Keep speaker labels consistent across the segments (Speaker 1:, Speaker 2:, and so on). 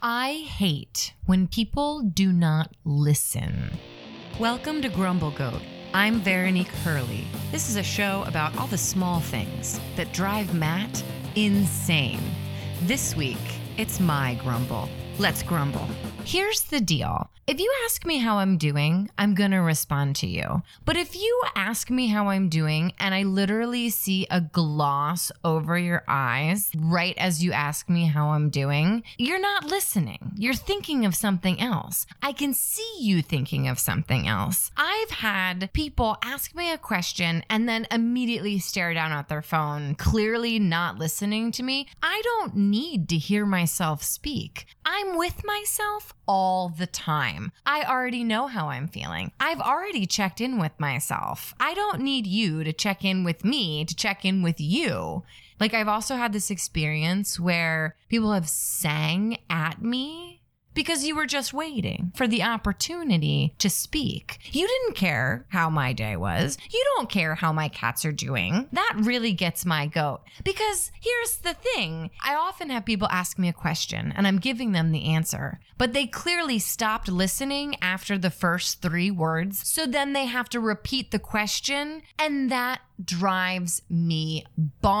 Speaker 1: I hate when people do not listen. Welcome to Grumble Goat. I'm Veronique Hurley. This is a show about all the small things that drive Matt insane. This week, it's my grumble. Let's grumble. Here's the deal. If you ask me how I'm doing, I'm going to respond to you. But if you ask me how I'm doing and I literally see a gloss over your eyes right as you ask me how I'm doing, you're not listening. You're thinking of something else. I can see you thinking of something else. I've had people ask me a question and then immediately stare down at their phone, clearly not listening to me. I don't need to hear myself speak. I'm with myself all the time. I already know how I'm feeling. I've already checked in with myself. I don't need you to check in with me to check in with you. Like, I've also had this experience where people have sang at me because you were just waiting for the opportunity to speak. You didn't care how my day was. You don't care how my cats are doing. That really gets my goat. Because here's the thing I often have people ask me a question and I'm giving them the answer, but they clearly stopped listening after the first three words. So then they have to repeat the question, and that drives me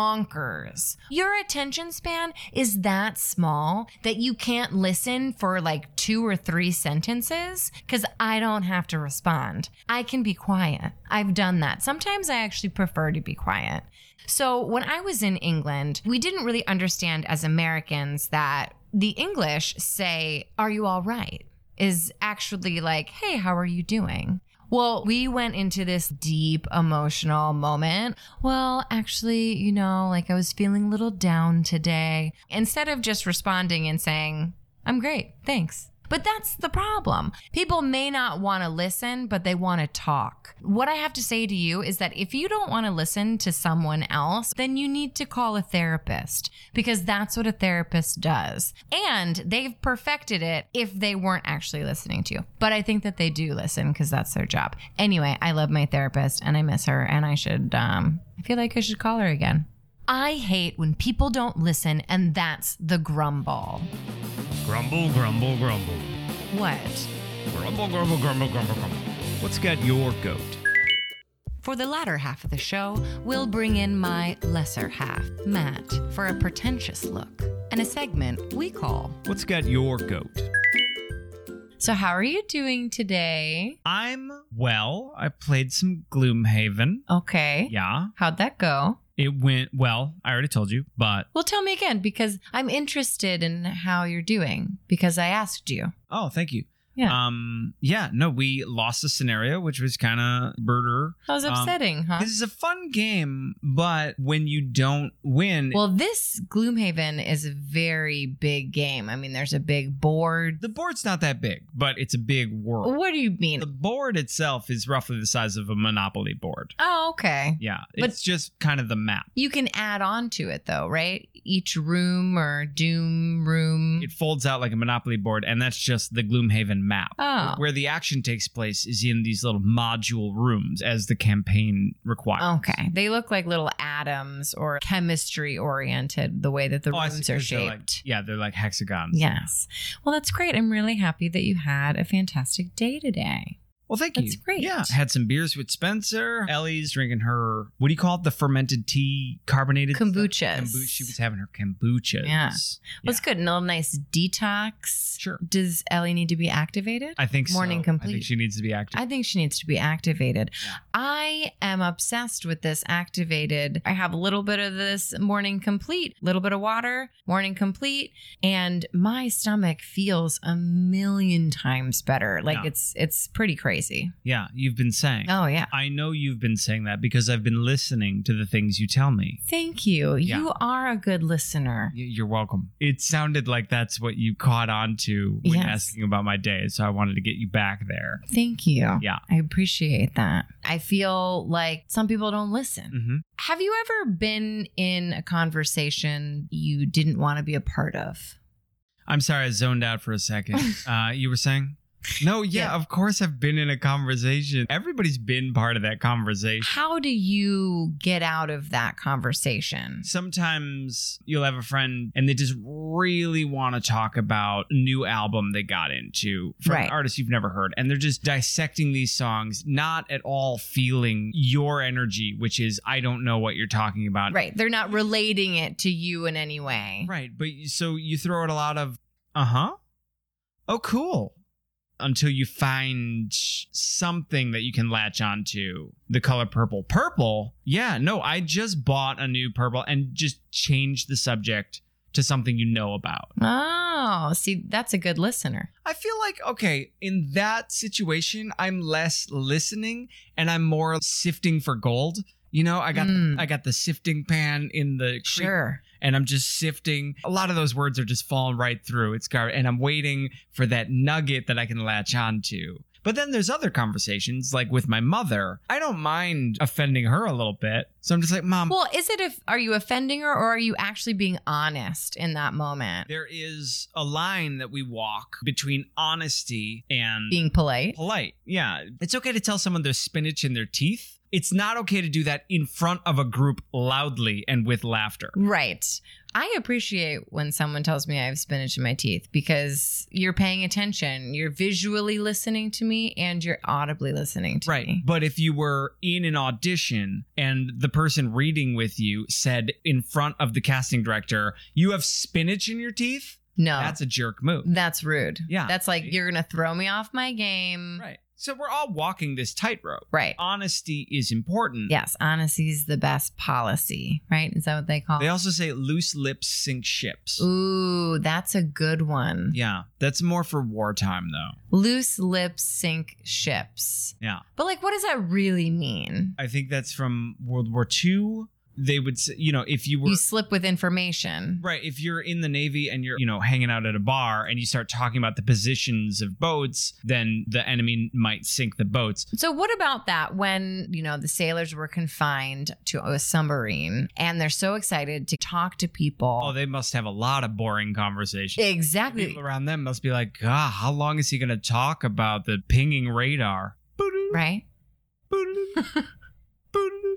Speaker 1: bonkers. Your attention span is that small that you can't listen for like two or three sentences because I don't have to respond. I can be quiet. I've done that. Sometimes I actually prefer to be quiet. So when I was in England, we didn't really understand as Americans that the English say, Are you all right? is actually like, Hey, how are you doing? Well, we went into this deep emotional moment. Well, actually, you know, like I was feeling a little down today. Instead of just responding and saying, I'm great, thanks. But that's the problem. People may not want to listen, but they want to talk. What I have to say to you is that if you don't want to listen to someone else, then you need to call a therapist because that's what a therapist does. And they've perfected it if they weren't actually listening to you. But I think that they do listen because that's their job. Anyway, I love my therapist and I miss her and I should, um, I feel like I should call her again. I hate when people don't listen, and that's the grumble.
Speaker 2: Grumble, grumble, grumble.
Speaker 1: What?
Speaker 2: Grumble, grumble, grumble, grumble, grumble. What's got your goat?
Speaker 1: For the latter half of the show, we'll bring in my lesser half, Matt, for a pretentious look and a segment we call.
Speaker 2: What's got your goat?
Speaker 1: So, how are you doing today?
Speaker 2: I'm well. I played some Gloomhaven.
Speaker 1: Okay.
Speaker 2: Yeah,
Speaker 1: How'd that go?
Speaker 2: it went well. I already told you, but
Speaker 1: Well, tell me again because I'm interested in how you're doing because I asked you.
Speaker 2: oh, thank you.
Speaker 1: Yeah.
Speaker 2: Um. Yeah. No, we lost a scenario, which was kind of murder.
Speaker 1: That was
Speaker 2: Um,
Speaker 1: upsetting, huh?
Speaker 2: This is a fun game, but when you don't win,
Speaker 1: Well, this Gloomhaven is a very big game. I mean, there's a big board.
Speaker 2: the board's not that big, but it's a big world.
Speaker 1: What do you mean?
Speaker 2: The board itself is roughly the size of a Monopoly board.
Speaker 1: Oh, okay.
Speaker 2: Yeah,
Speaker 1: But-
Speaker 2: it's just kind of the map.
Speaker 1: You can add on to it though, right? Each room or doom room.
Speaker 2: It folds out like a Monopoly board, and that's just the Gloomhaven map.
Speaker 1: Oh.
Speaker 2: Where the action takes place is in these little module rooms as the campaign requires.
Speaker 1: Okay. They look like little atoms or chemistry oriented the way that the
Speaker 2: Oh, I see,
Speaker 1: rooms are
Speaker 2: 'cause they're like-
Speaker 1: shaped.
Speaker 2: yeah, they're like hexagons.
Speaker 1: yes. Well, that's great. I'm really happy that you had a fantastic day today.
Speaker 2: Well, thank you.
Speaker 1: That's great.
Speaker 2: Yeah, had some beers with Spencer. Ellie's drinking her, what do you call it? The fermented tea carbonated? stuff?
Speaker 1: Kombuchas.
Speaker 2: Kombu- She was having her kombuchas.
Speaker 1: Yeah.
Speaker 2: Yeah.
Speaker 1: That's good. And a little nice detox.
Speaker 2: Sure.
Speaker 1: Does Ellie need to be activated?
Speaker 2: I think so.
Speaker 1: Morning
Speaker 2: I
Speaker 1: complete.
Speaker 2: think she needs to be active.
Speaker 1: I think she needs to be activated.
Speaker 2: Yeah.
Speaker 1: I am obsessed with this activated. I have a little bit of this morning complete, little bit of water, morning complete, and my stomach feels a million times better. Like
Speaker 2: Yeah.
Speaker 1: it's it's pretty crazy.
Speaker 2: yeah, you've been saying.
Speaker 1: Oh yeah.
Speaker 2: I know you've been saying that because I've been listening to the things you tell me.
Speaker 1: Thank you.
Speaker 2: Yeah.
Speaker 1: You are a good listener.
Speaker 2: Y- You're welcome. It sounded like that's what you caught on to when
Speaker 1: Yes.
Speaker 2: asking about my day, so I wanted to get you back there.
Speaker 1: Thank you.
Speaker 2: Yeah.
Speaker 1: I appreciate that. I feel like some people don't listen.
Speaker 2: Mm-hmm.
Speaker 1: Have you ever been in a conversation you didn't want to be a part of?
Speaker 2: I'm sorry, I zoned out for a second. uh, you were saying? No, yeah,
Speaker 1: Yeah.
Speaker 2: of course I've been in a conversation. Everybody's been part of that conversation.
Speaker 1: How do you get out of that conversation?
Speaker 2: Sometimes you'll have a friend and they just really want to talk about a new album they got into from
Speaker 1: Right.
Speaker 2: an artist you've never heard. And they're just dissecting these songs, not at all feeling your energy, which is, I don't know what you're talking about.
Speaker 1: Right. They're not relating it to you in any way.
Speaker 2: Right. But you- so you throw out a lot of, uh huh. Oh, cool. Until you find something that you can latch onto the color purple. Purple? Yeah. No, I just bought a new purple and just changed the subject to something you know about.
Speaker 1: Oh, see, that's a good listener.
Speaker 2: I feel like, okay, in that situation, I'm less listening and I'm more sifting for gold. You know, I got
Speaker 1: Mm.
Speaker 2: I got the sifting pan in the creek
Speaker 1: Sure.
Speaker 2: and I'm just sifting. A lot of those words are just falling right through. It's garbage. And I'm waiting for that nugget that I can latch on to. But then there's other conversations, like with my mother. I don't mind offending her a little bit. So I'm just like, Mom,
Speaker 1: Well, is it if are you offending her or are you actually being honest in that moment?
Speaker 2: there is a line that we walk between honesty and
Speaker 1: Being polite?
Speaker 2: polite. Yeah. It's okay to tell someone there's spinach in their teeth. It's not okay to do that in front of a group loudly and with laughter.
Speaker 1: Right. I appreciate when someone tells me I have spinach in my teeth because you're paying attention. You're visually listening to me and you're audibly listening to
Speaker 2: Right.
Speaker 1: me.
Speaker 2: But if you were in an audition and the person reading with you said in front of the casting director, you have spinach in your teeth,
Speaker 1: No. That's,
Speaker 2: that's a jerk move.
Speaker 1: Mm. rude.
Speaker 2: Yeah.
Speaker 1: That's like you're going to throw me off my game.
Speaker 2: Right. So we're all walking this tightrope.
Speaker 1: Right.
Speaker 2: Honesty is important.
Speaker 1: Yes, honesty is the best policy, right? Is that what they call
Speaker 2: They
Speaker 1: it?
Speaker 2: also say loose lips sink ships.
Speaker 1: Ooh, that's a good one.
Speaker 2: Yeah. That's more for wartime, though.
Speaker 1: Loose lips sink ships.
Speaker 2: Yeah.
Speaker 1: But like what does that really mean?
Speaker 2: I think that's from World War II. They would say, you know, if you were.
Speaker 1: You slip with information.
Speaker 2: Right. If you're in the Navy and you're, you know, hanging out at a bar and you start talking about the positions of boats, then the enemy might sink the boats.
Speaker 1: So what about that when, you know, the sailors were confined to a submarine and they're so excited to talk to people.
Speaker 2: Oh, they must have a lot of boring conversations.
Speaker 1: exactly.
Speaker 2: People around them must be like, God, how long is he going to talk about the pinging radar? Boodoo,
Speaker 1: Right?
Speaker 2: boodoo, boodoo.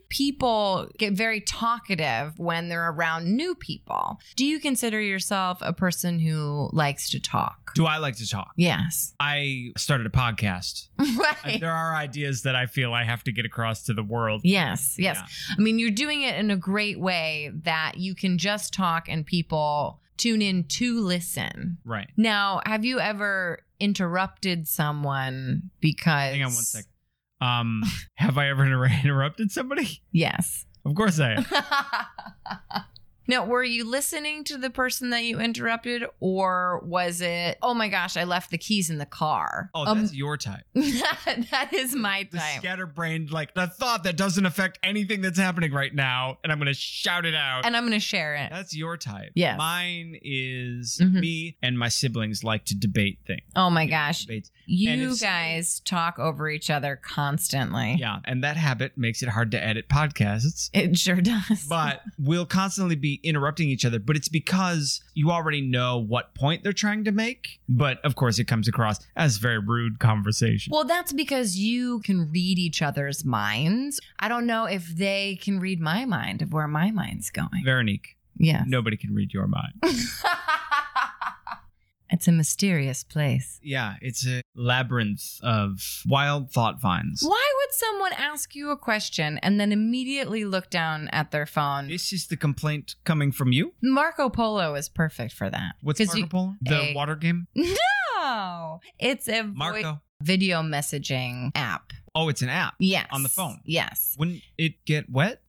Speaker 1: People get very talkative when they're around new people. Do you consider yourself a person who likes to talk?
Speaker 2: Do I like to talk?
Speaker 1: Yes.
Speaker 2: I started a podcast.
Speaker 1: right.
Speaker 2: There are ideas that I feel I have to get across to the world.
Speaker 1: Yes, yes.
Speaker 2: Yeah.
Speaker 1: I mean, you're doing it in a great way that you can just talk and people tune in to listen.
Speaker 2: Right.
Speaker 1: Now, have you ever interrupted someone because.
Speaker 2: Hang on one sec. Um, have I ever interrupted somebody?
Speaker 1: Yes.
Speaker 2: Of course I have.
Speaker 1: No, were you listening to the person that you interrupted, or was it, oh my gosh, I left the keys in the car?
Speaker 2: Oh,
Speaker 1: Um,
Speaker 2: that's your type.
Speaker 1: that is my
Speaker 2: The
Speaker 1: time.
Speaker 2: scatterbrained, like the thought that doesn't affect anything that's happening right now, and I'm gonna shout it out.
Speaker 1: and I'm going to share it.
Speaker 2: that's your type.
Speaker 1: Yes.
Speaker 2: Mine is
Speaker 1: Mhm.
Speaker 2: me and my siblings like to debate things.
Speaker 1: oh my gosh.
Speaker 2: Debates. And
Speaker 1: You
Speaker 2: it's-
Speaker 1: guys talk over each other constantly.
Speaker 2: Yeah. And that habit makes it hard to edit podcasts.
Speaker 1: It sure does.
Speaker 2: But we'll constantly be interrupting each other, but it's because you already know what point they're trying to make. But of course, it comes across as very rude conversation.
Speaker 1: well, that's because you can read each other's minds. I don't know if they can read my mind of where my mind's going.
Speaker 2: Veronique,
Speaker 1: Yeah.
Speaker 2: nobody can read your mind.
Speaker 1: it's a mysterious place.
Speaker 2: Yeah, it's a labyrinth of wild thought vines.
Speaker 1: Why would someone ask you a question and then immediately look down at their phone?
Speaker 2: This is the complaint coming from you.
Speaker 1: Marco Polo is perfect for that.
Speaker 2: What's
Speaker 1: 'Cause
Speaker 2: Marco
Speaker 1: you-
Speaker 2: Polo? The
Speaker 1: Hey.
Speaker 2: water game?
Speaker 1: No, it's a
Speaker 2: Marco.
Speaker 1: voi- video messaging app.
Speaker 2: Oh, it's an app.
Speaker 1: Yes.
Speaker 2: On the phone.
Speaker 1: Yes.
Speaker 2: Wouldn't it get wet?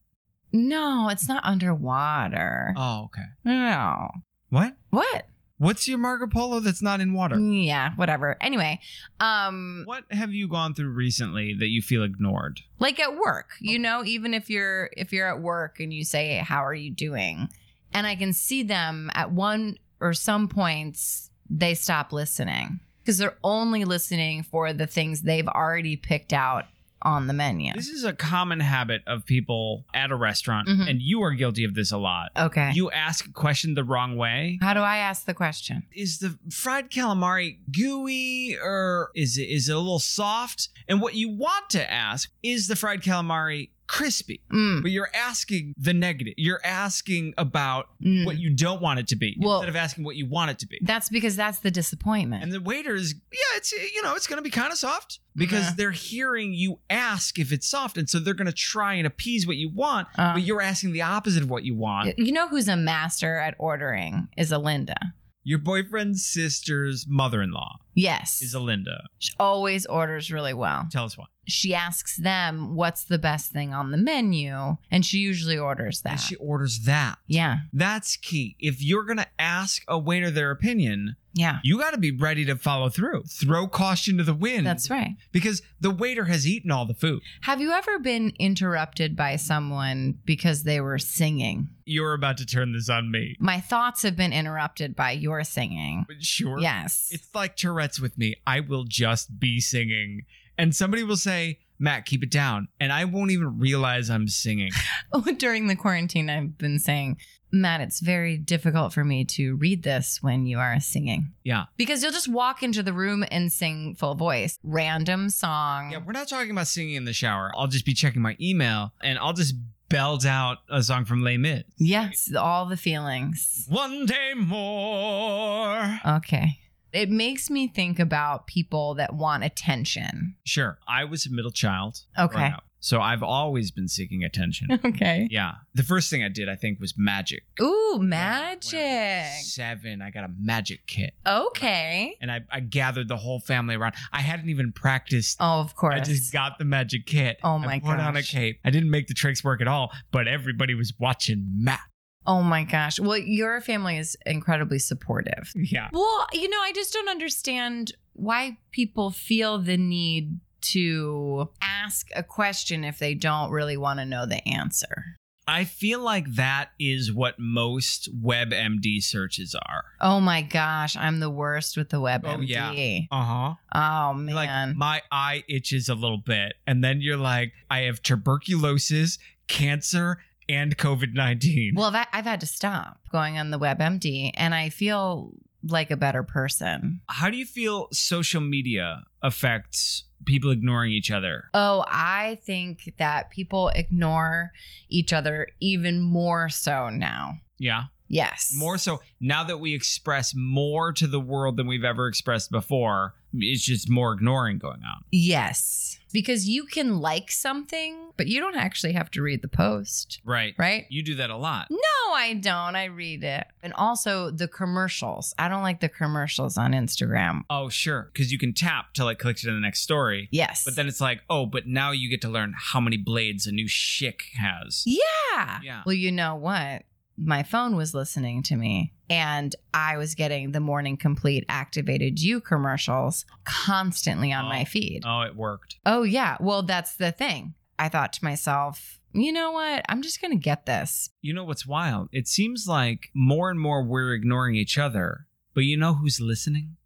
Speaker 1: No, it's not underwater.
Speaker 2: Oh, okay.
Speaker 1: No.
Speaker 2: What?
Speaker 1: What?
Speaker 2: What's your Marco Polo that's not in water?
Speaker 1: Yeah, whatever. Anyway, um
Speaker 2: What have you gone through recently that you feel ignored?
Speaker 1: like at work, you know, even if you're if you're at work and you say, "How are you doing?" and I can see them at one or some points they stop listening because they're only listening for the things they've already picked out on the menu.
Speaker 2: This is a common habit of people at a restaurant,
Speaker 1: Mhm.
Speaker 2: and you are guilty of this a lot.
Speaker 1: Okay.
Speaker 2: You ask a question the wrong way.
Speaker 1: How do I ask the question?
Speaker 2: Is the fried calamari gooey or is it is it a little soft? And what you want to ask is the fried calamari crispy?
Speaker 1: Mm.
Speaker 2: But you're asking the negative. You're asking about
Speaker 1: mm.
Speaker 2: what you don't want it to be
Speaker 1: Well-
Speaker 2: instead of asking what you want it to be.
Speaker 1: That's because that's the disappointment.
Speaker 2: And the waiter is, yeah, it's you know, it's gonna be kind of soft because
Speaker 1: Yeah.
Speaker 2: they're hearing you ask if it's soft, and so they're gonna try and appease what you want,
Speaker 1: Uh,
Speaker 2: but you're asking the opposite of what you want.
Speaker 1: you know who's a master at ordering is Alinda.
Speaker 2: Your boyfriend's sister's mother-in-law
Speaker 1: Yes.
Speaker 2: is Alinda.
Speaker 1: she always orders really well.
Speaker 2: Tell us why.
Speaker 1: She asks them what's the best thing on the menu, and she usually orders that.
Speaker 2: And she orders that.
Speaker 1: yeah.
Speaker 2: That's key. If you're gonna ask a waiter their opinion,
Speaker 1: Yeah.
Speaker 2: you gotta be ready to follow through. Throw caution to the wind.
Speaker 1: That's right.
Speaker 2: because the waiter has eaten all the food.
Speaker 1: Have you ever been interrupted by someone because they were singing?
Speaker 2: You're about to turn this on me.
Speaker 1: My thoughts have been interrupted by your singing.
Speaker 2: Sure.
Speaker 1: Yes.
Speaker 2: It's like Tourette's with me. I will just be singing. And somebody will say, Matt, keep it down. And I won't even realize I'm singing.
Speaker 1: Oh, During the quarantine, I've been saying, Matt, it's very difficult for me to read this when you are singing.
Speaker 2: Yeah.
Speaker 1: Because you'll just walk into the room and sing full voice, random song.
Speaker 2: yeah, we're not talking about singing in the shower. I'll just be checking my email and I'll just belt out a song from Les Mis.
Speaker 1: Yes, all the feelings.
Speaker 2: One day more.
Speaker 1: Okay. It makes me think about people that want attention.
Speaker 2: Sure. I was a middle child.
Speaker 1: Okay.
Speaker 2: growing up, So I've always been seeking attention.
Speaker 1: Okay.
Speaker 2: yeah. The first thing I did, I think, was magic.
Speaker 1: Ooh,
Speaker 2: When I
Speaker 1: magic.
Speaker 2: was Seven. I got a magic kit.
Speaker 1: Okay.
Speaker 2: and I, I gathered the whole family around. I hadn't even practiced.
Speaker 1: Oh, of course.
Speaker 2: I just got the magic kit.
Speaker 1: Oh
Speaker 2: I
Speaker 1: my
Speaker 2: put on a
Speaker 1: gosh.
Speaker 2: cape. I didn't make the tricks work at all, but everybody was watching Matt.
Speaker 1: oh my gosh. Well, your family is incredibly supportive.
Speaker 2: Yeah.
Speaker 1: Well, you know, I just don't understand why people feel the need to ask a question if they don't really want to know the answer.
Speaker 2: I feel like that is what most WebMD searches are.
Speaker 1: Oh my gosh, I'm the worst with the WebMD.
Speaker 2: Oh, Uh huh.
Speaker 1: Oh, man.
Speaker 2: Like my eye itches a little bit, and then you're like, I have tuberculosis, cancer, and COVID nineteen.
Speaker 1: Well, that, I've had to stop going on the WebMD, and I feel like a better person.
Speaker 2: How do you feel social media affects people ignoring each other?
Speaker 1: Oh, I think that people ignore each other even more so now.
Speaker 2: Yeah.
Speaker 1: Yes.
Speaker 2: more so now that we express more to the world than we've ever expressed before it's just more ignoring going on
Speaker 1: Yes. Because you can like something, but you don't actually have to read the post,
Speaker 2: right
Speaker 1: right?
Speaker 2: you do that a lot
Speaker 1: No, I don't. I read it. And also the commercials. I don't like the commercials on Instagram.
Speaker 2: oh sure because you can tap till it clicks you to the next story
Speaker 1: Yes.
Speaker 2: but then it's like oh but now you get to learn how many blades a new chick has
Speaker 1: Yeah.
Speaker 2: Yeah.
Speaker 1: Well, you know what? My phone was listening to me and I was getting the Morning Complete Activated You commercials constantly on
Speaker 2: Oh.
Speaker 1: my feed.
Speaker 2: oh it worked
Speaker 1: Oh, yeah. Well, that's the thing. I thought to myself, you know what? I'm just going to get this.
Speaker 2: you know what's wild it seems like more and more we're ignoring each other but you know who's listening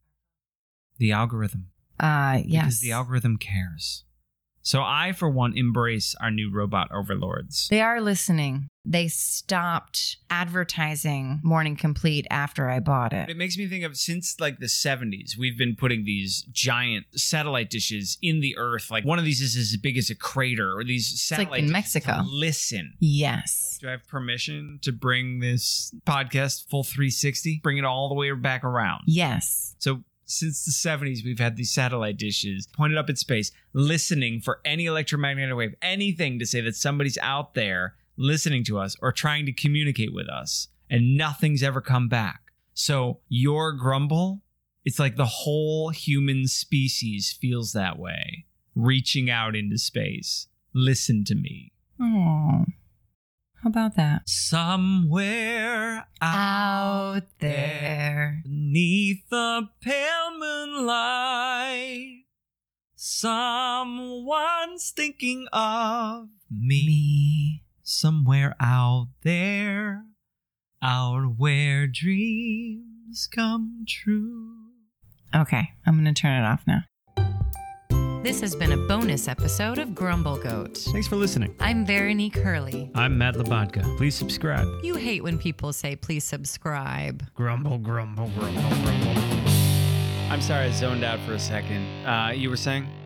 Speaker 2: the algorithm
Speaker 1: Uh, yes.
Speaker 2: because the algorithm cares so i for one embrace our new robot overlords
Speaker 1: They are listening. They stopped advertising Morning Complete after I bought
Speaker 2: It
Speaker 1: it.
Speaker 2: makes me think of since like the 70s, we've been putting these giant satellite dishes in the earth. Like one of these is as big as a crater, or these
Speaker 1: It's
Speaker 2: satellite
Speaker 1: like in
Speaker 2: dishes
Speaker 1: Mexico.
Speaker 2: to Listen.
Speaker 1: Yes.
Speaker 2: Do I have permission to bring this podcast full 360? Bring it all the way back around.
Speaker 1: Yes.
Speaker 2: So since the 70s, we've had these satellite dishes pointed up in space, listening for any electromagnetic wave, anything to say that somebody's out there listening to us or trying to communicate with us, and nothing's ever come back. So your grumble, it's like the whole human species feels that way, reaching out into space. Listen to me.
Speaker 1: Oh. How about that?
Speaker 2: Somewhere
Speaker 1: Out there.
Speaker 2: Beneath the pale moonlight, someone's thinking of me. Somewhere out there, out where dreams come true.
Speaker 1: Okay. I'm going to turn it off now. This has been a bonus episode of Grumble Goat.
Speaker 3: Thanks for listening.
Speaker 1: I'm Veronique Hurley.
Speaker 3: I'm Matt Labodka. Please subscribe.
Speaker 1: You hate when people say, please subscribe.
Speaker 3: Grumble, grumble, grumble, grumble.
Speaker 2: I'm sorry, I zoned out for a second. Uh, you were saying?